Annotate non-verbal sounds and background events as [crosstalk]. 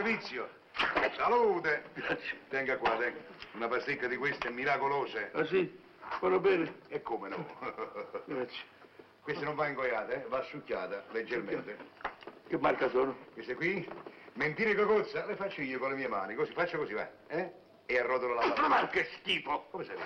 Maurizio. Salute. Grazie. Tenga qua, tenga. Una pasticca di queste miracolose. Ah sì? Fanno bene? E come [laughs] no? Grazie. Questa non va ingoiata, eh? va succhiata leggermente. Che marca sono? Queste qui, mentire cocozza, le faccio io con le mie mani, così, faccio così, va. Eh? E arrotolo la [laughs] Altra mano. marca, schifo! Come sei?